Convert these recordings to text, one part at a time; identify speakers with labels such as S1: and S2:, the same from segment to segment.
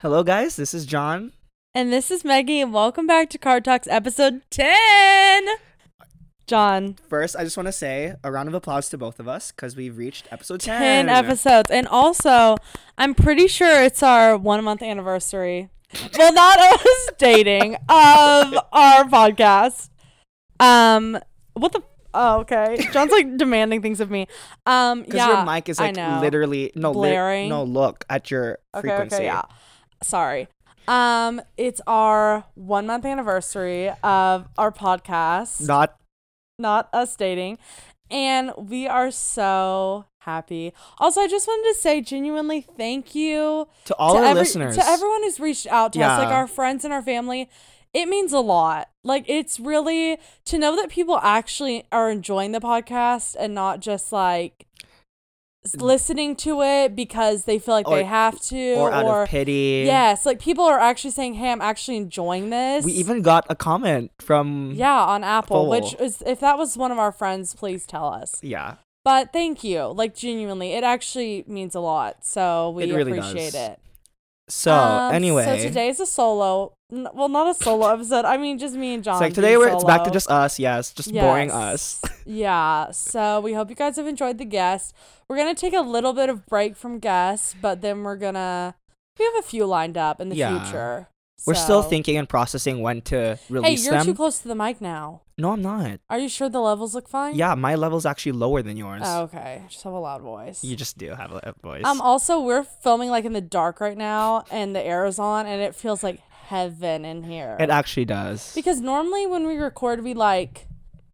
S1: Hello, guys. This is John.
S2: And this is Maggie, and welcome back to Card Talks episode 10. John,
S1: First, I just want to say a round of applause to both of us because we've reached episode 10.
S2: 10 episodes. And also, I'm pretty sure it's our one month anniversary. well, not us dating, of our podcast. Um, what the? Oh, okay. John's like demanding things of me. Um,
S1: Because
S2: yeah.
S1: your mic is
S2: I
S1: like
S2: know.
S1: literally no li-
S2: Blaring.
S1: no look at your
S2: Okay,
S1: frequency.
S2: okay, yeah. Sorry. Um, it's our one month anniversary of our podcast.
S1: Not
S2: not us dating. And we are so happy. Also, I just wanted to say genuinely thank you
S1: to all
S2: to,
S1: our
S2: every-
S1: listeners.
S2: to everyone who's reached out to us, like
S1: Yeah.
S2: our friends and our family. It means a lot. Like it's really to know that people actually are enjoying the podcast and not just like s- listening to it because they feel like
S1: Or-
S2: they have to
S1: or out of pity.
S2: yes, like people are actually saying, "Hey, I'm actually enjoying this."
S1: We even got a comment from
S2: Yeah, on Apple, which
S1: Mm-hmm. Full.
S2: is if that was one of our friends, please tell us.
S1: Yeah.
S2: But thank you. Like genuinely, it actually means a lot. So we
S1: It really
S2: appreciate
S1: does.
S2: it.
S1: So
S2: Um,
S1: anyway,
S2: so today is a solo. n- Well, not a solo episode. I mean, just me and John.
S1: it's like today
S2: being
S1: we're it's back to
S2: solo.
S1: just us. Yes, just boring us.
S2: Yes. yeah. So we hope you guys have enjoyed the guest. We're gonna take a little bit of break from guests, but then we're gonna we have a few lined up in the
S1: Yeah.
S2: future.
S1: We're still
S2: So-
S1: thinking and processing when to
S2: Hey,
S1: release
S2: you're
S1: them.
S2: too close to the mic now.
S1: no, I'm not.
S2: Are you sure the levels look fine?
S1: Yeah, my level's actually lower than yours.
S2: Oh, okay. Just have a loud voice.
S1: You just do have a a voice.
S2: Um. Also, we're filming like in the dark right now, and the air is on, and it feels like heaven in here.
S1: it actually does.
S2: because normally when we record, we like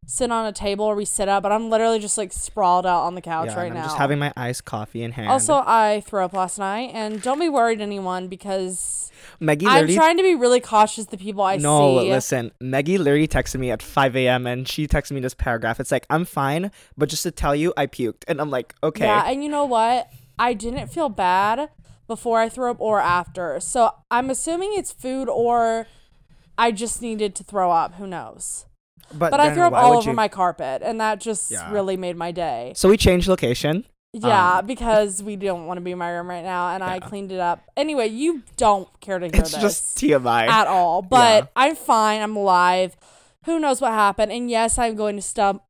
S2: sit on a table or we sit up, but I'm literally just like sprawled out on the couch
S1: Yeah, and
S2: right
S1: I'm
S2: now.
S1: just having my iced coffee in hand.
S2: also, I threw up last night, and don't be worried, anyone, because
S1: Maggie
S2: I'm
S1: literally.
S2: trying to be really cautious. The people I
S1: no,
S2: see.
S1: listen. Maggie literally texted me at 5 a.m. and she texted me this paragraph. It's like, I'm fine, but just to tell you, I puked. And I'm like, okay.
S2: Yeah, and you know what? I didn't feel bad before I threw up or after. So I'm assuming it's food or I just needed to throw up. Who knows? But I
S1: then
S2: threw up
S1: why
S2: all
S1: would
S2: over
S1: you-
S2: my carpet, and that just
S1: Yeah.
S2: really made my day.
S1: So we changed location.
S2: Yeah,
S1: Um,
S2: because we don't want to be in my room right now, and I
S1: Yeah.
S2: cleaned it up. Anyway, you don't care to hear
S1: It's
S2: this
S1: just TMI.
S2: at all, but I'm fine. I'm alive. Who knows what happened? And yes, I'm going to stump,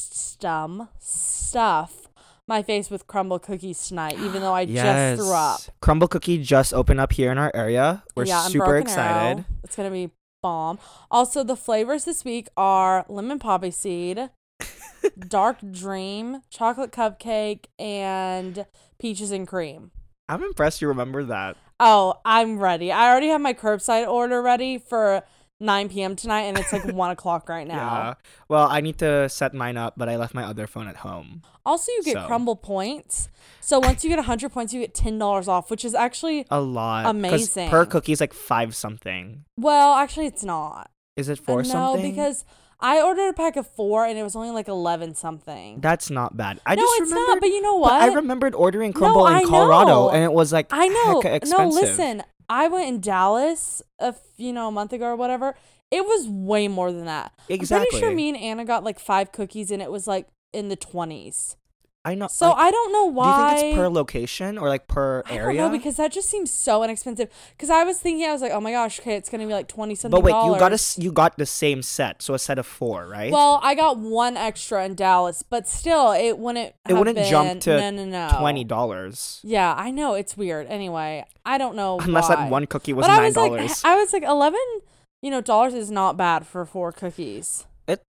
S2: stum, stuff my face with crumble cookies tonight, even though I just threw up.
S1: Yes. Crumble Cookie just opened up here in our area. We're
S2: in
S1: super
S2: Broken Arrow.
S1: excited.
S2: It's gonna be bomb. Also, the flavors this week are lemon poppy seed, dark dream, chocolate cupcake, and peaches and cream.
S1: I'm impressed you remember that.
S2: Oh, I'm ready. I already have my curbside order ready for 9 p.m. tonight, and it's like one o'clock right now.
S1: Yeah. Well, I need to set mine up, but I left my other phone at home.
S2: Also, you get
S1: So-
S2: crumble points. So once you get 100 points, you get $10 off, which is actually,
S1: A lot. 'cause Per
S2: Amazing.
S1: cookie's like five something.
S2: well, actually, it's not.
S1: Is it
S2: Uh,
S1: four
S2: no,
S1: something?
S2: because I ordered a pack of four, and it was only like 11 something.
S1: that's not bad. I
S2: no,
S1: just
S2: it's
S1: remembered-
S2: not. But you know what?
S1: but I remembered ordering crumble
S2: I
S1: in Colorado,
S2: know.
S1: and it was like
S2: I know.
S1: hecka
S2: No,
S1: expensive.
S2: listen. I went in Dallas a f- you know a month ago or whatever. It was way more than that. I'm pretty
S1: Exactly.
S2: sure me and Anna got like five cookies, and it was like in the twenties.
S1: I know.
S2: So
S1: Uh, like,
S2: I don't know why.
S1: Do you think it's per location or like per
S2: I
S1: area?
S2: don't know because that just seems so inexpensive. Because I was thinking, I was like, oh my gosh, okay, it's gonna be like twenty something.
S1: but wait, you got a,
S2: dollars.
S1: s- you got the same set, so a set of four, right?
S2: Well, I got one extra in Dallas, but still, it wouldn't.
S1: it
S2: have
S1: wouldn't
S2: been-
S1: jump to
S2: no, no, no.
S1: twenty dollars
S2: Yeah, I know it's weird. Anyway, I don't know
S1: unless
S2: why.
S1: that one cookie was
S2: but I
S1: nine
S2: was like,
S1: dollars.
S2: I was like, eleven, you know, dollars is not bad for four cookies.
S1: It-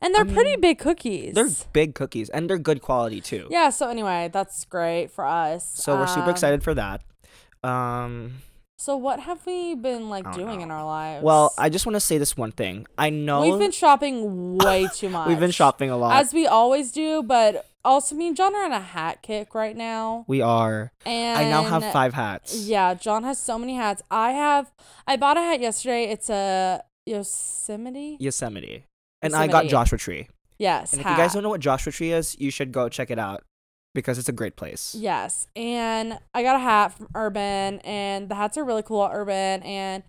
S2: and they're
S1: I
S2: pretty
S1: mean,
S2: big cookies.
S1: they're big cookies, and they're good quality too.
S2: yeah. So anyway, that's great for us.
S1: So we're super
S2: Um,
S1: excited for that. Um,
S2: So what have we been
S1: I
S2: like
S1: don't
S2: doing in
S1: know.
S2: our lives?
S1: well, I just want to say this one thing. I know
S2: we've been shopping way too much.
S1: we've been shopping a lot.
S2: as we always do, but also me and John are on a hat kick right now.
S1: we are.
S2: And
S1: I now have five hats.
S2: Yeah, John has so many hats. I have. I bought a hat yesterday. It's a Yosemite.
S1: Yosemite. And I got
S2: Yosemite.
S1: Joshua Tree.
S2: Yes.
S1: And if
S2: hat.
S1: you guys don't know what Joshua Tree is, you should go check it out because it's a great place.
S2: Yes. And I got a hat from Urban, and the hats are really cool at Urban. And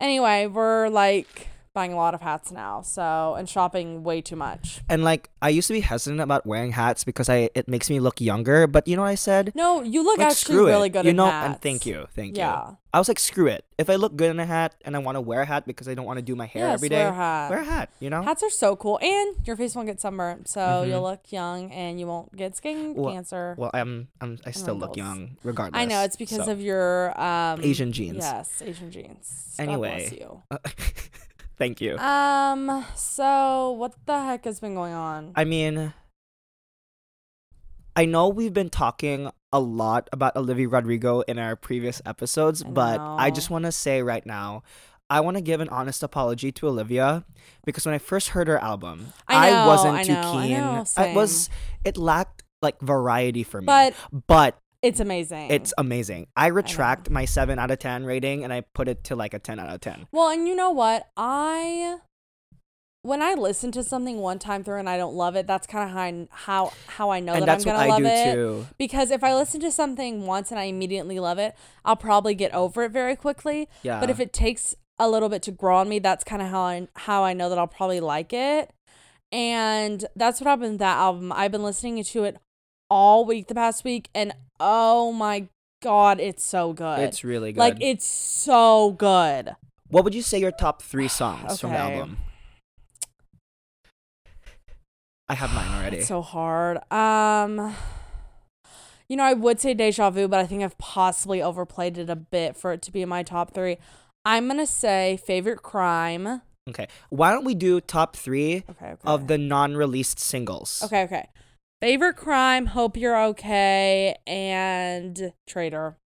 S2: anyway, we're like buying a lot of hats now, so and shopping way too much.
S1: And like I used to be hesitant about wearing hats because I it makes me look younger, but you know what I said?
S2: No, you look
S1: like
S2: actually
S1: screw
S2: really
S1: it.
S2: good
S1: you
S2: in
S1: know,
S2: hats.
S1: and thank you, thank you.
S2: Yeah.
S1: I was like, screw it. If I look good in a hat and I want to wear a hat because I don't want to do my hair
S2: Yes,
S1: every day,
S2: wear a hat.
S1: wear a hat, You know,
S2: Hats are so cool, and your face won't get sunburned, so
S1: Mm-hmm.
S2: you'll look young and you won't get skin
S1: Well-
S2: cancer.
S1: Well, I'm, I'm I still look
S2: wrinkles.
S1: young regardless.
S2: I know it's because
S1: so.
S2: of your um,
S1: Asian genes.
S2: Yes, Asian genes.
S1: Anyway.
S2: God bless you.
S1: Thank you.
S2: Um. So what the heck has been going on?
S1: I mean, I know we've been talking a lot about Olivia Rodrigo in our previous episodes,
S2: I
S1: but I
S2: know.
S1: just want to say right now, I want to give an honest apology to Olivia because when I first heard her album,
S2: I know,
S1: wasn't
S2: I
S1: too
S2: know, I
S1: keen.
S2: know,
S1: it was it lacked like variety for me.
S2: But
S1: but
S2: it's amazing.
S1: it's amazing. I retract my 7 out of 10 rating and I put it to like a 10 out of 10.
S2: well, and you know what? I when I listen to something one time through and I don't love it, that's kind of how I, how how I know
S1: and
S2: that
S1: that's
S2: I'm
S1: what
S2: gonna
S1: I
S2: love
S1: do
S2: it.
S1: too.
S2: Because if I listen to something once and I immediately love it, I'll probably get over it very quickly.
S1: Yeah.
S2: But if it takes a little bit to grow on me, that's kind of how I how I know that I'll probably like it. And that's what happened with that album. I've been listening to it all week the past week, and oh my god, it's so good.
S1: it's really good.
S2: like it's so good.
S1: What would you say your top three songs from the
S2: Okay.
S1: album? I have mine already.
S2: It's so hard. Um, you know, I would say Deja Vu, but I think I've possibly overplayed it a bit for it to be in my top three. I'm gonna say favorite crime.
S1: okay. Why don't we do top three
S2: Okay. Okay.
S1: of the non released singles?
S2: Okay, okay. Favorite crime, hope you're okay, and traitor.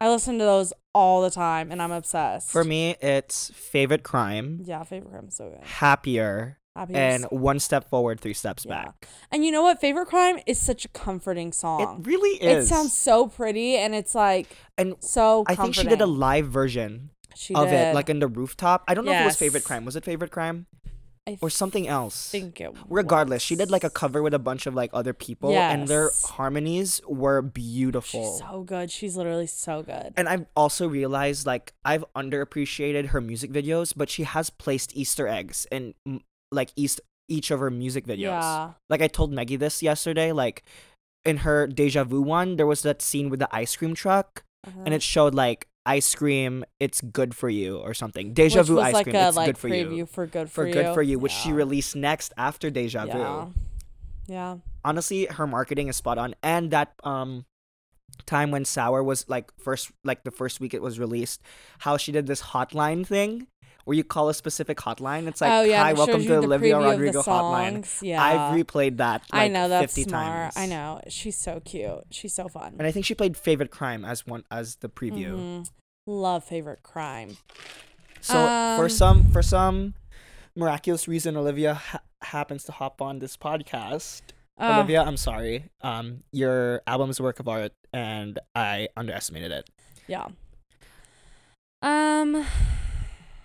S2: I listen to those all the time and I'm obsessed.
S1: For me, it's Favorite Crime,
S2: Yeah, favorite crime is so good.
S1: Happier,
S2: Happy
S1: and
S2: Years.
S1: One Step Forward, Three Steps
S2: Oh, Yeah.
S1: Back.
S2: And you know what? Favorite crime is such a comforting
S1: It
S2: song.
S1: really
S2: It,
S1: is.
S2: sounds so pretty and it's like
S1: And
S2: so
S1: I
S2: comforting.
S1: think she did a live version
S2: She
S1: of it,
S2: did.
S1: like in the rooftop. I don't know if it was
S2: Yes.
S1: Favorite Crime. Was it Favorite Crime
S2: I
S1: or something else?
S2: think it
S1: Regardless, she did like a
S2: was.
S1: cover with a bunch of like other people, and their
S2: Yes.
S1: harmonies were beautiful.
S2: She's so good. She's literally so good.
S1: and I've also realized like I've underappreciated her music videos, but she has placed Easter eggs in m- like East each of her music videos.
S2: Yeah.
S1: Like I told Maggie this yesterday, like in her Deja Vu one, there was that scene with the ice cream truck,
S2: Uh-huh.
S1: and it showed like ice cream, it's good for you or something. Deja
S2: Which
S1: Vu
S2: was
S1: ice
S2: like
S1: cream,
S2: a
S1: it's
S2: like
S1: good for
S2: preview
S1: you.
S2: for good
S1: For
S2: for,
S1: good for you, which she
S2: Yeah.
S1: released next after Deja
S2: yeah.
S1: Vu.
S2: Yeah.
S1: Honestly, her marketing is spot on, and that um time when Sour was like first like the first week it was released, how she did this hotline thing where you call a specific hotline. It's like
S2: oh yeah, and
S1: hi,
S2: it
S1: welcome
S2: shows
S1: to
S2: you the
S1: Olivia
S2: preview of the
S1: Rodrigo hotline.
S2: songs. Yeah,
S1: I've replayed that
S2: I
S1: like,
S2: know that's
S1: 50
S2: smart.
S1: times.
S2: I know she's so cute. She's so fun.
S1: And I think she played Favorite Crime as one as the preview.
S2: Mhm. Love favorite crime.
S1: So for
S2: Um,
S1: some for some miraculous reason Olivia ha- happens to hop on this podcast.
S2: Oh,
S1: Olivia, I'm sorry. Um your album's a work of art and I underestimated it.
S2: yeah. Um,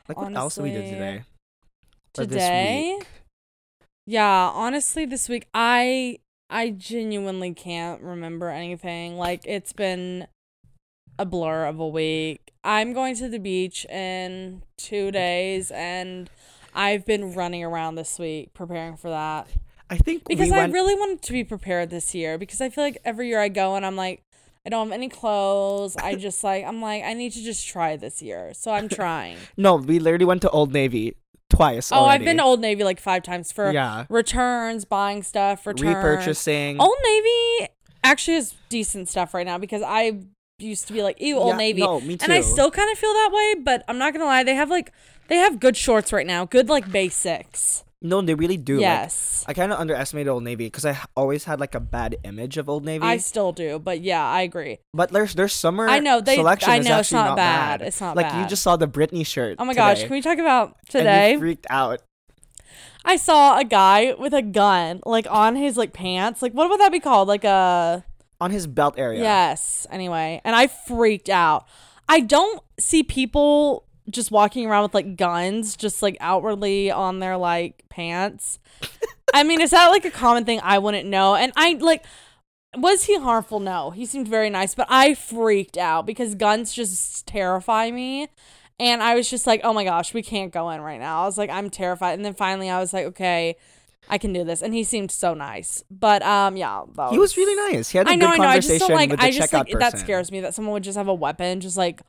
S1: Like what else did we do
S2: Honestly,
S1: today? Or this
S2: today.
S1: week?
S2: Yeah, honestly, this week I I genuinely can't remember anything. Like it's been a blur of a week. I'm going to the beach in 2 days and I've been running around this week preparing for that.
S1: I think
S2: Because
S1: we
S2: I
S1: went,
S2: really wanted to be prepared this year because I feel like every year I go and I'm like I don't have any clothes. I just like I'm like I need to just try this year. So I'm trying.
S1: No, we literally went to Old Navy twice.
S2: oh, I've been to
S1: already.
S2: Old Navy like 5 times for
S1: yeah,
S2: returns, buying stuff, returns.
S1: repurchasing.
S2: Old Navy actually is decent stuff right now because I used to be like, ew, Old
S1: Yeah,
S2: Navy.
S1: No, me too.
S2: And I still kind of feel that way, but I'm not gonna lie, they have like they have good shorts right now, good like basics.
S1: no, they really do. like,
S2: yes,
S1: I kind of underestimated Old Navy because I h- always had like a bad image of Old Navy.
S2: I still do, but yeah, I agree.
S1: but there's their summer
S2: I know, they-
S1: selection
S2: I
S1: is
S2: know, it's
S1: actually
S2: not
S1: not
S2: bad. It's not
S1: like you
S2: bad.
S1: just saw the Britney shirt.
S2: Oh my gosh,
S1: today,
S2: can we talk about
S1: and you
S2: today?
S1: freaked out.
S2: I saw a guy with a gun like on his like pants. Like what would that be called? Like a
S1: on his belt area.
S2: Yes. Anyway, and I freaked out. I don't see people just walking around with like guns, just like outwardly on their like pants. I mean, is that like a common thing? I wouldn't know. And I like, was he harmful? No, he seemed very nice, but I freaked out because guns just terrify me. And I was just like, oh my gosh, we can't go in right now. I was like, I'm terrified. And then finally I was like, okay, I can do this. And he seemed so nice. But um, yeah. that
S1: He was really nice. He had a
S2: I
S1: good
S2: know, I know. I
S1: conversation
S2: just don't like,
S1: with the
S2: I just
S1: checkout
S2: like,
S1: person.
S2: that scares me that someone would just have a weapon just like,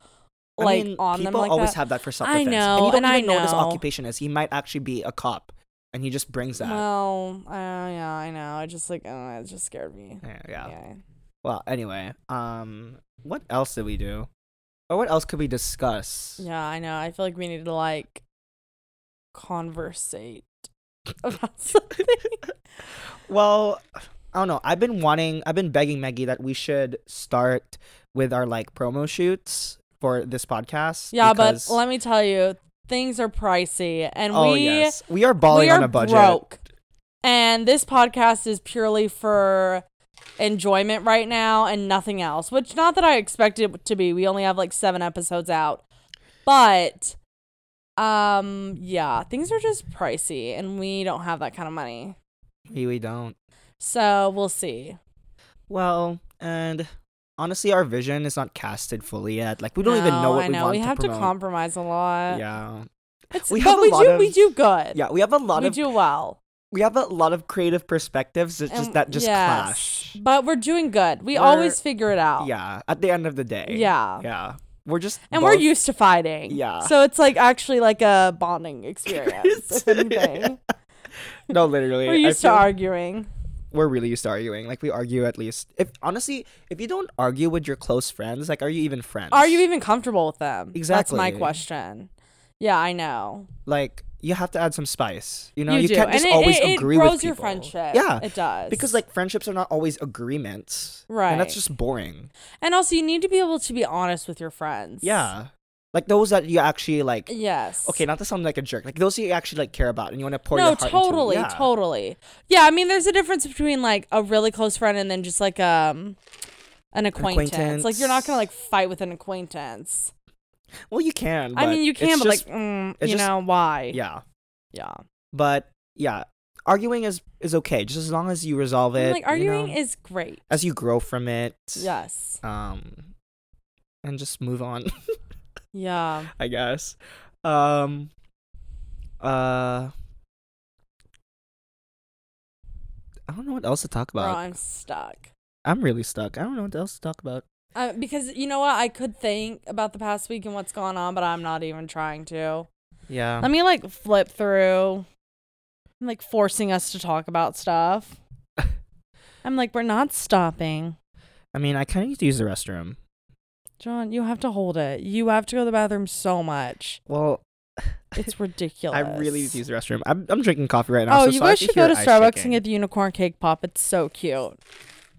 S1: I
S2: like
S1: mean,
S2: on them
S1: people
S2: like
S1: always
S2: that.
S1: have that for self
S2: I
S1: defense. and
S2: know,
S1: you don't
S2: and I
S1: even know what his
S2: know.
S1: occupation is. He might actually be a cop, and he just brings that.
S2: Well, uh, yeah, I know. I just like, uh, it just scared me.
S1: yeah, yeah.
S2: Yeah.
S1: Well, anyway, um, what else did we do, or what else could we discuss?
S2: Yeah, I know. I feel like we need to like conversate about something.
S1: Well, I don't know. I've been wanting, I've been begging Maggie that we should start with our like promo shoots for this podcast.
S2: yeah,
S1: because-
S2: but let me tell you, things are pricey, and
S1: oh
S2: we
S1: yes, we are balling
S2: we are
S1: on a budget.
S2: broke. And this podcast is purely for enjoyment right now and nothing else, which not that I expected it to be. We only have like 7 episodes out. But um yeah, things are just pricey and we don't have that kind of money.
S1: We, we don't.
S2: So, we'll see.
S1: Well, and honestly, our vision is not casted fully yet. Like we don't even know
S2: No,
S1: what
S2: I
S1: we
S2: know.
S1: want
S2: we
S1: to
S2: have
S1: promote.
S2: to compromise a lot.
S1: yeah,
S2: It's,
S1: We
S2: we
S1: have a
S2: but we
S1: lot
S2: do we
S1: of-
S2: do good.
S1: yeah. We have a lot
S2: we
S1: of
S2: do well.
S1: we have a lot of creative perspectives. It's just
S2: And-
S1: that just
S2: yes.
S1: clash.
S2: But we're doing good. We
S1: We're-
S2: always figure it out.
S1: Yeah. At the end of the day.
S2: Yeah.
S1: Yeah. We're just
S2: And we're
S1: both-
S2: used to fighting.
S1: Yeah.
S2: So it's like actually like a bonding experience, if anything.
S1: no literally.
S2: We're
S1: I
S2: used to
S1: feel-
S2: arguing.
S1: we're really used to arguing. Like we argue at least. If honestly, if you don't argue with your close friends, like are you even friends?
S2: Are you even comfortable with them? That's my
S1: Exactly.
S2: question. Yeah, I know.
S1: like you have to add some spice. You know,
S2: You
S1: you,
S2: do.
S1: can't just
S2: And it-
S1: always
S2: it- it
S1: agree with
S2: grows
S1: people.
S2: your friendship.
S1: Yeah,
S2: It does.
S1: because like friendships are not always agreements. and
S2: Right.
S1: that's just boring.
S2: And also you need to be able to be honest with your friends.
S1: Yeah, like those that you actually like.
S2: Yes.
S1: Okay, not to sound like a jerk. Like those you actually like care about and you want to pour
S2: no,
S1: your heart
S2: totally,
S1: into. Yeah.
S2: totally. Yeah, I mean, there's a difference between like a really close friend and then just like um an acquaintance. Like you're not gonna like fight with an acquaintance.
S1: Well, you can.
S2: I
S1: but
S2: mean, you
S1: it's
S2: can, but
S1: just-
S2: like, mm, you
S1: it's just-
S2: know, why?
S1: yeah.
S2: yeah.
S1: But yeah, arguing is is okay, just as long as you resolve
S2: And,
S1: it.
S2: like arguing
S1: you know,
S2: is great.
S1: as you grow from it.
S2: Yes.
S1: um and just move on
S2: Yeah.
S1: i guess um uh i don't know what else to talk
S2: Bro,
S1: about
S2: I'm stuck.
S1: i'm really stuck i don't know what else to talk about
S2: Uh, because you know what? I could think about the past week and what's gone on, but I'm not even trying to.
S1: yeah
S2: Let me like flip through. I'm like forcing us to talk about stuff. I'm like, we're not stopping.
S1: i mean i kind of need to use the restroom
S2: John, you have to hold it. You have to go to the bathroom so much.
S1: well
S2: It's ridiculous.
S1: i really need to use the restroom i'm, I'm drinking coffee right now
S2: Oh,
S1: so
S2: you
S1: sorry
S2: guys
S1: if
S2: should
S1: hear
S2: go to
S1: ice
S2: Starbucks
S1: shaking.
S2: and get the unicorn cake pop. It's so cute.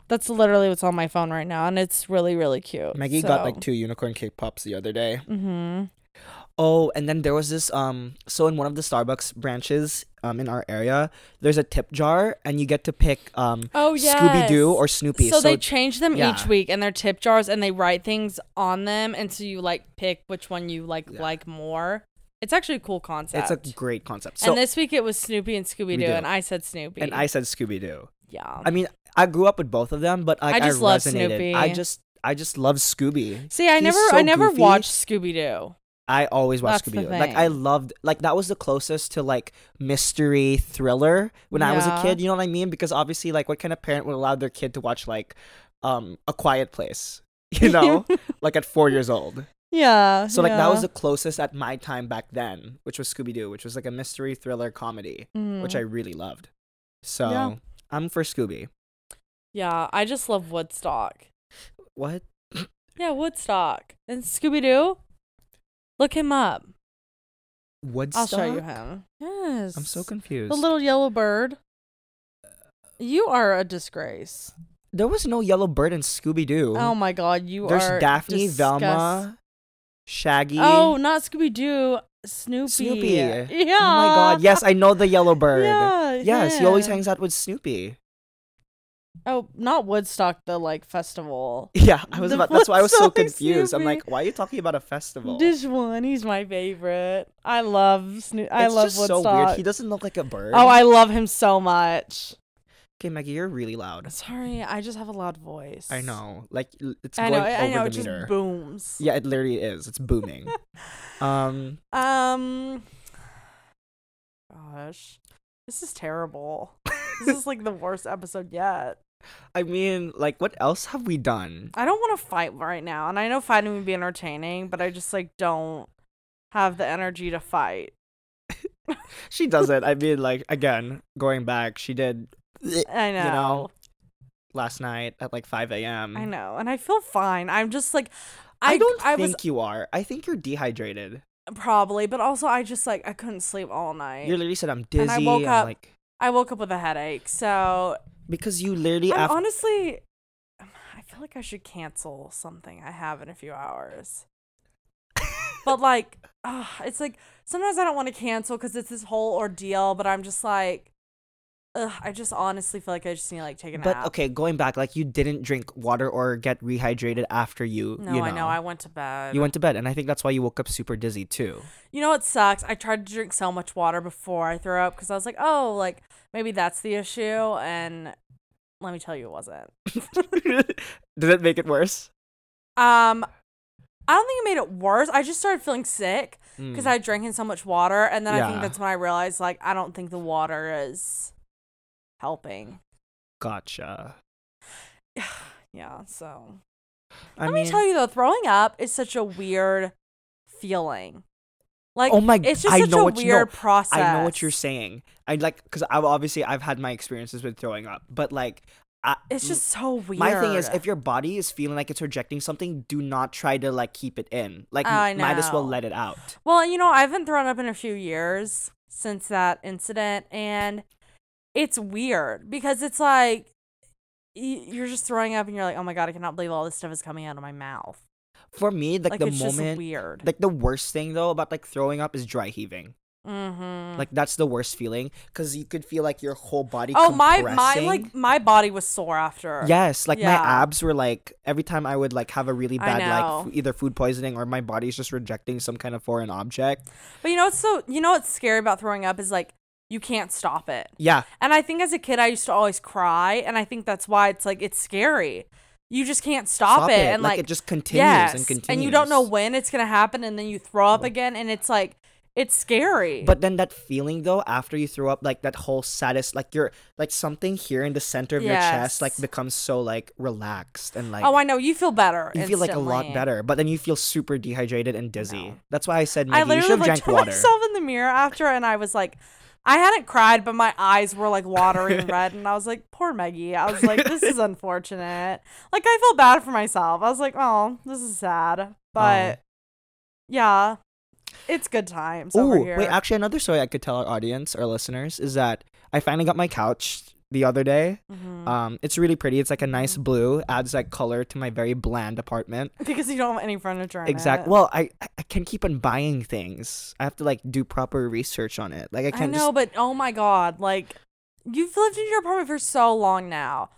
S2: That's literally what's on my phone right now, and it's really, really cute.
S1: maggie got like two unicorn cake pops the other day
S2: Mm-hmm.
S1: Oh, and then there was this um so in one of the Starbucks branches um in our area, there's a tip jar and you get to pick um
S2: Oh yeah.
S1: Scooby Doo or Snoopy.
S2: So, they change them
S1: yeah.
S2: each week, and they're tip jars, and they write things on them, and so you like pick which one you like
S1: Yeah.
S2: like more. It's actually a cool concept.
S1: it's a great concept. So
S2: and this week it was Snoopy and Scooby Doo,
S1: Scooby-Doo.
S2: and I said Snoopy.
S1: and I said Scooby Doo.
S2: yeah.
S1: I mean, I grew up with both of them, but I,
S2: I just
S1: I
S2: love
S1: resonated.
S2: Snoopy.
S1: I just I just love Scooby.
S2: See, I
S1: he's
S2: never,
S1: so
S2: I never
S1: goofy.
S2: watched Scooby Doo.
S1: I always watched
S2: That's
S1: Scooby
S2: the
S1: Doo. Like I
S2: thing.
S1: loved like that was the closest to like mystery thriller when I was a
S2: Yeah.
S1: kid, you know what I mean? Because obviously like what kind of parent would allow their kid to watch like um A Quiet Place, you know? like at 4 years old.
S2: Yeah.
S1: So like that was the closest at my time back then, which was Scooby Doo, which was like a mystery thriller comedy,
S2: Mm-hmm.
S1: which I really loved. So
S2: Mm. Yeah.
S1: I'm for Scooby.
S2: Yeah, I just love Woodstock.
S1: What?
S2: Yeah, Woodstock and Scooby Doo. Look him up. I'll
S1: Woodstock?
S2: show you him. Yes.
S1: I'm so confused.
S2: The little yellow bird. You are a disgrace.
S1: there was no yellow bird in Scooby Doo.
S2: Oh my god, you
S1: There's
S2: are.
S1: Daphne,
S2: disgust-
S1: Velma, Shaggy.
S2: Oh, not Scooby Doo. Snoopy.
S1: Snoopy.
S2: Yeah.
S1: Oh my god. Yes, I know the yellow bird.
S2: Yeah,
S1: yes, he always
S2: him.
S1: hangs out with Snoopy.
S2: Oh, not Woodstock, the like festival.
S1: Yeah, I was
S2: The
S1: about that's why I was so
S2: Woodstock
S1: confused. I'm
S2: Snoopy.
S1: like, why are you talking about a festival?
S2: This one, he's my favorite. I love Snoop. I
S1: it's
S2: love
S1: just
S2: Woodstock.
S1: so weird. He doesn't look like a bird.
S2: oh, I love him so much.
S1: Okay, Maggie, you're really loud.
S2: Sorry, I just have a loud voice.
S1: I know. Like l- it's
S2: I
S1: going
S2: know. I
S1: over
S2: know. It
S1: the meter.
S2: just booms.
S1: yeah, it literally is. It's booming. Um,
S2: Um. Gosh, this is terrible. this is like the worst episode yet.
S1: I mean, like, what else have we done?
S2: I don't want to fight right now, and I know fighting would be entertaining, but I just like don't have the energy to fight.
S1: She doesn't. I mean, like, again, going back, she did
S2: I know.
S1: know, last night at like 5 a.m.
S2: I know, and I feel fine. I'm just like, I,
S1: I don't
S2: I
S1: think
S2: was
S1: you are. I think you're dehydrated.
S2: probably, but also I just like I couldn't sleep all night.
S1: You literally said I'm dizzy.
S2: And I woke
S1: am
S2: up-
S1: like
S2: I woke up with a headache, so
S1: because you literally
S2: I'm
S1: after
S2: honestly, I feel like I should cancel something I have in a few hours. but like, ugh, it's like sometimes I don't want to cancel because it's this whole ordeal. But I'm just like, ugh, I just honestly feel like I just need to like take a nap.
S1: But okay, going back, like you didn't drink water or get rehydrated after you.
S2: No,
S1: you
S2: I know. I went to bed.
S1: you went to bed, and I think that's why you woke up super dizzy too.
S2: You know what sucks? I tried to drink so much water before I threw up because I was like, oh, like maybe that's the issue. And let me tell you, it wasn't.
S1: Did it make it worse?
S2: Um, I don't think it made it worse. I just started feeling sick because
S1: Mm.
S2: I drank in so much water, and then I
S1: Yeah.
S2: think that's when I realized like I don't think the water is helping.
S1: gotcha.
S2: Yeah. So
S1: I
S2: let
S1: mean,
S2: me tell you though, throwing up is such a weird feeling. Like,
S1: oh my! g-
S2: it's just
S1: I
S2: such
S1: know
S2: a
S1: what you- no,
S2: weird process.
S1: I know what you're saying. I like because I've obviously I've had my experiences with throwing up, but like, I,
S2: It's just so weird.
S1: My thing is, if your body is feeling like it's rejecting something, do not try to like keep it in. Like,
S2: Oh,
S1: m-
S2: I
S1: might as well
S2: know.
S1: let it out.
S2: Well, you know, I haven't thrown up in a few years since that incident, and it's weird because it's like y- you're just throwing up, and you're like, "Oh my god, I cannot believe all this stuff is coming out of my mouth."
S1: For me, like,
S2: Like,
S1: the
S2: it's just
S1: moment,
S2: weird.
S1: like the worst thing though about like throwing up is dry heaving.
S2: mm-hmm.
S1: Like that's the worst feeling because you could feel like your whole body.
S2: oh my my
S1: compressing.
S2: like my body was sore after.
S1: Yes, like
S2: Yeah.
S1: my abs were like every time I would like have a really
S2: I
S1: bad
S2: know.
S1: like f- either food poisoning or my body's just rejecting some kind of foreign object.
S2: But you know what's so you know what's scary about throwing up is like you can't stop it.
S1: Yeah,
S2: And I think as a kid I used to always cry, and I think that's why it's like it's scary. You just can't stop, it, and like,
S1: it just continues and continues.
S2: you don't know when it's gonna happen, and then you throw up again, and it's like it's scary.
S1: But then that feeling though, after you throw up, like that whole saddest, like your like something here in the center of your chest, like
S2: Yes.
S1: becomes so like relaxed and like
S2: oh, I know you feel better.
S1: you feel like a lot
S2: instantly.
S1: better. But then you feel super dehydrated and dizzy.
S2: No.
S1: That's why I said
S2: I
S1: Maggie, you
S2: literally
S1: should have
S2: looked
S1: drank
S2: at
S1: water.
S2: myself in the mirror after, and I was like, I hadn't cried, but my eyes were like watering red, and I was like, poor Maggie. I was like, this is unfortunate. Like I felt bad for myself. I was like, oh, this is sad,
S1: Um,
S2: but yeah, it's good times over
S1: Ooh,
S2: here.
S1: wait, actually, another story I could tell our audience, our listeners, is that I finally got my couch the other day.
S2: Mhm.
S1: Um, it's really pretty. It's like a nice
S2: Mm-hmm.
S1: blue, adds like color to my very bland apartment.
S2: because you don't have any furniture. In
S1: Exact.
S2: it.
S1: Well, I I can't keep on buying things. I have to like do proper research on it. Like I
S2: I
S1: can't
S2: know, but oh my god, like you've lived in your apartment for so long now.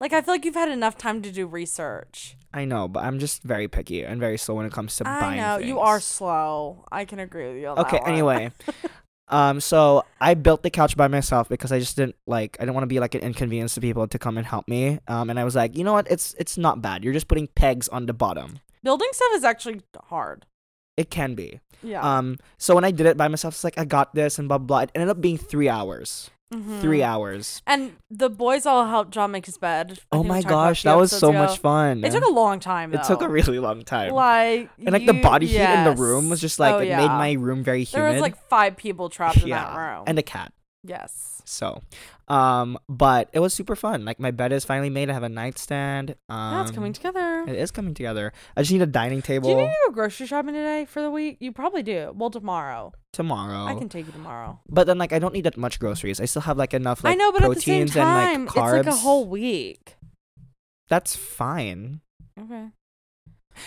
S2: Like I feel like you've had enough time to do research.
S1: just. I know, but I'm just very picky and very slow when it comes to
S2: I
S1: buying.
S2: know you are
S1: things.
S2: slow. I can agree with you. On
S1: Okay.
S2: that one.
S1: Anyway, um, so I built the couch by myself because I just didn't like. I didn't want to be like an inconvenience to people to come and help me. Um, and I was like, you know what? It's it's not bad. You're just putting pegs on the bottom.
S2: building stuff is actually hard.
S1: It can be.
S2: Yeah,
S1: Um, so when I did it by myself, it's like I got this and blah blah. blah. It ended up being three hours. Three
S2: Mhm.
S1: hours.
S2: And the boys all helped John make his bed. I
S1: Oh
S2: think we
S1: my
S2: talked about
S1: gosh,
S2: a few
S1: that was
S2: episodes
S1: so
S2: ago.
S1: much fun.
S2: It took a long time.
S1: It took a
S2: though.
S1: really long time.
S2: like
S1: and like the
S2: you-
S1: body heat in the room
S2: yes.
S1: was just like
S2: Oh,
S1: it
S2: yeah.
S1: made my room very humid.
S2: There was like five people trapped in that
S1: Yeah,
S2: room.
S1: and a cat.
S2: yes,
S1: So, um, but it was super fun. Like my bed is finally made. I have a nightstand. Um,
S2: now it's coming together.
S1: It is coming together. I just need a dining
S2: Do you
S1: table
S2: need to go grocery shopping today for the week? You probably do. Well, tomorrow.
S1: tomorrow.
S2: I can take you tomorrow.
S1: But then like I don't need that much groceries. I still have like enough like
S2: I know, but at the same
S1: proteins
S2: time,
S1: and like carbs.
S2: it's like a whole week.
S1: That's fine.
S2: Okay.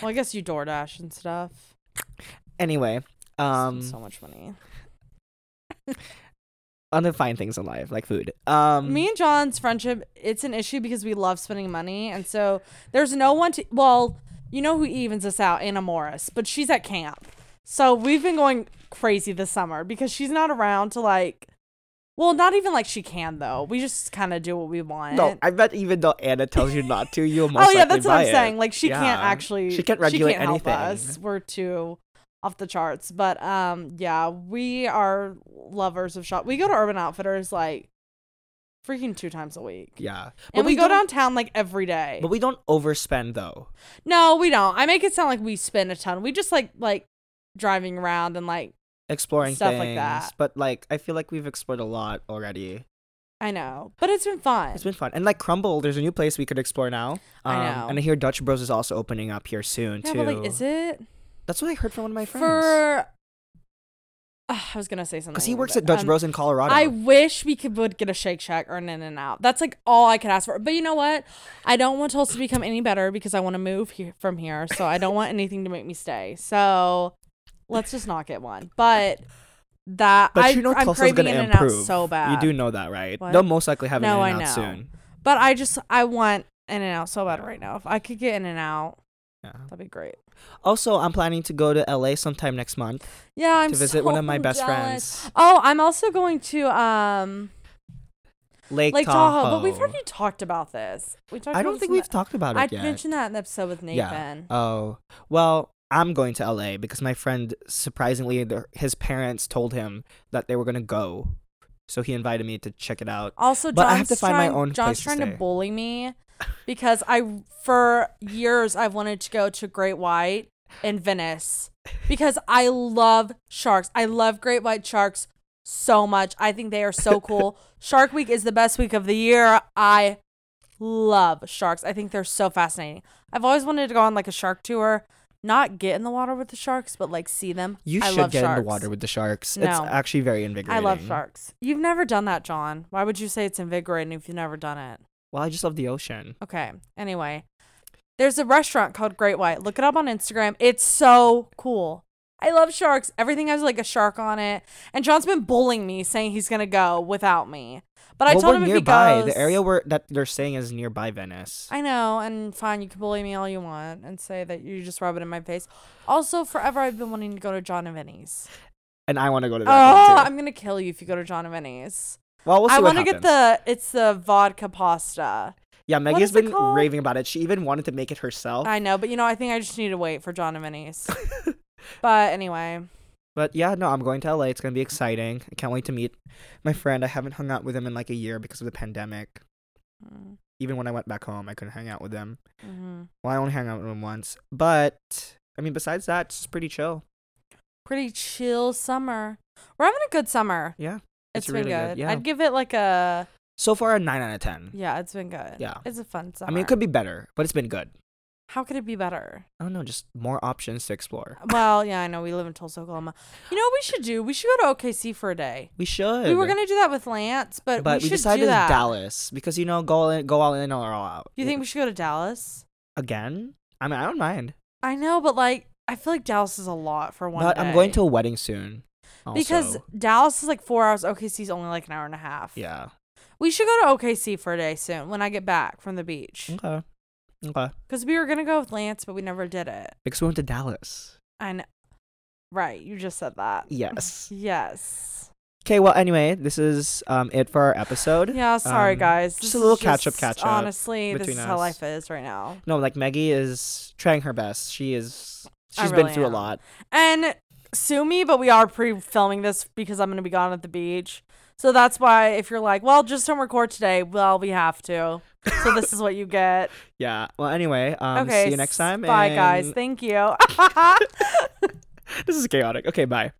S2: Well, I guess you DoorDash and stuff.
S1: Anyway, um,
S2: so much money.
S1: other fine things in life like food. Um,
S2: Me and John's friendship, it's an issue because we love spending money. And so there's no one to, well, you know who evens us out? Anna Morris, but she's at camp. So we've been going crazy this summer because she's not around to like, well, not even like she can though. We just kind of do what we want.
S1: No, I bet even though Anna tells you not to, you'll most
S2: oh yeah,
S1: likely
S2: that's what I'm
S1: buy it.
S2: saying. Like she
S1: Yeah.
S2: can't actually,
S1: She can't regulate
S2: help
S1: anything.
S2: us. We're too off the charts. But um, yeah, we are lovers of shop. We go to Urban Outfitters like freaking two times a week.
S1: Yeah.
S2: and we, go
S1: don't-
S2: downtown like every day.
S1: But we don't overspend though.
S2: no, we don't. I make it sound like we spend a ton. We just like like driving around and like
S1: Exploring
S2: Stuff like
S1: things,
S2: that.
S1: but like I feel like we've explored a lot already.
S2: I know, but it's been fun.
S1: It's been fun. And like Crumble, there's a new place we could explore now. Um,
S2: I know.
S1: And I hear Dutch Bros is also opening up here soon
S2: yeah,
S1: too.
S2: but like, is it
S1: That's what I heard from one of my friends.
S2: for? Ugh, I was gonna say something.
S1: Because he
S2: really
S1: works
S2: bad.
S1: at Dutch
S2: Um,
S1: Bros in Colorado.
S2: I wish we could would get a Shake Shack or an In and Out. That's like all I could ask for. But you know what? I don't want Tulsa to become any better because I want to move here, from here. So I don't want anything to make me stay. So let's just not get one. But that
S1: but
S2: I,
S1: you know
S2: I'm
S1: Tulsa's
S2: craving
S1: gonna
S2: In and Out
S1: improve.
S2: so bad.
S1: You do know that, right?
S2: What?
S1: They'll most likely have
S2: No, I
S1: an in out
S2: know.
S1: soon.
S2: But I just I want In and Out so bad right now. If I could get In and Out,
S1: Yeah.
S2: that'd be great.
S1: Also, I'm planning to go to LA sometime next month
S2: Yeah, I'm
S1: to visit
S2: so
S1: one of my best
S2: jealous.
S1: friends,
S2: Oh, I'm also going to um
S1: Lake,
S2: Lake
S1: Tahoe.
S2: Tahoe, but we've already talked about this. We talked.
S1: I
S2: about
S1: don't
S2: this
S1: think
S2: in the-
S1: we've talked about it
S2: I
S1: yet.
S2: mentioned that in the episode with Nathan.
S1: Yeah. Oh, well, I'm going to LA because my friend, surprisingly, their, his parents told him that they were going to go. So he invited me to check it out.
S2: Also,
S1: But
S2: John's
S1: I have to find my
S2: trying,
S1: own
S2: John's
S1: place to
S2: trying to,
S1: stay.
S2: bully me because I, for years, I've wanted to go to Great White in Venice because I love sharks. I love Great White sharks so much. I think they are so cool. Shark Week is the best week of the year. I love sharks. I think they're so fascinating. I've always wanted to go on like a shark tour, not get in the water with the sharks, but like see them.
S1: You
S2: I
S1: should
S2: love
S1: get
S2: sharks.
S1: in the water with the sharks. It's
S2: No.
S1: actually very
S2: I
S1: invigorating.
S2: love sharks. You've never done that, John. Why would you say it's invigorating if you've never done it?
S1: Well, I just love the ocean.
S2: Okay. Anyway, there's a restaurant called Great White. Look it up on Instagram. It's so cool. I love sharks. Everything has like a shark on it. And John's been bullying me, saying he's gonna go without me. But I
S1: well,
S2: told
S1: we're
S2: him
S1: nearby.
S2: if he goes,
S1: The area where that they're saying is nearby Venice.
S2: I know, and fine, you can bully me all you want and say that you just rub it in my face. Also, forever I've been wanting to go to John and Vinny's.
S1: and I want to go to that
S2: Oh,
S1: one too.
S2: I'm gonna kill you if you go to John and Vinny's.
S1: Well, we'll see
S2: I
S1: what
S2: want to get
S1: happens.
S2: the it's the vodka pasta.
S1: Yeah,
S2: what
S1: Maggie's
S2: is it
S1: been
S2: called?
S1: raving about it. She even wanted to make it herself.
S2: I know, but you know, I think I just need to wait for John and Vinny's. but anyway,
S1: But yeah, no, I'm going to LA. It's gonna be exciting. I can't wait to meet my friend. I haven't hung out with him in like a year because of the pandemic. Even when I went back home, I couldn't hang out with him.
S2: mm-hmm.
S1: Well, I only hung out with him once. But I mean, besides that, it's just pretty chill.
S2: pretty chill summer. We're having a good summer.
S1: Yeah, it's
S2: it's been
S1: really
S2: good.
S1: good, yeah.
S2: I'd give it like a
S1: So far, a nine out of ten.
S2: yeah. It's been good.
S1: Yeah.
S2: it's a fun summer.
S1: I mean, it could be better, but it's been good.
S2: How could it be better?
S1: I don't know, just more options to explore.
S2: Well, yeah, I know we live in Tulsa, Oklahoma. You know what we should do? We should go to OKC for a day.
S1: We should.
S2: We were gonna do that with Lance, but,
S1: but
S2: we,
S1: we,
S2: should
S1: decided
S2: do that.
S1: Dallas because you know, go all in, go all in or all out.
S2: You think we should go to Dallas?
S1: again? I mean, I don't mind,
S2: I know, but like, I feel like Dallas is a lot for one.
S1: but I'm going
S2: day.
S1: to a wedding soon. Also.
S2: because Dallas is like four hours. OKC is only like an hour and a half.
S1: yeah,
S2: we should go to OKC for a day soon when I get back from the beach.
S1: okay, okay,
S2: Because we were gonna go with Lance, but we never did it.
S1: because we went to Dallas.
S2: And right, you just said that.
S1: Yes.
S2: Yes.
S1: Okay. Well, anyway, this is um it for our episode.
S2: Yeah. Sorry,
S1: Um,
S2: guys.
S1: just
S2: This
S1: a little
S2: is
S1: catch-up,
S2: just-
S1: catch-up
S2: Honestly, this is
S1: between
S2: how
S1: us.
S2: life is right now.
S1: No, like Maggie is trying her best. She is.
S2: I
S1: She's
S2: really
S1: been through a
S2: am.
S1: lot.
S2: And sue me, but we are pre-filming this because I'm gonna be gone at the beach. So that's why if you're like, well, just don't record today. Well, we have to. So this is what you get.
S1: Yeah. Well, anyway, um,
S2: okay.
S1: see you next time.
S2: Bye, guys.
S1: and-
S2: Thank you.
S1: This is chaotic. Okay, bye.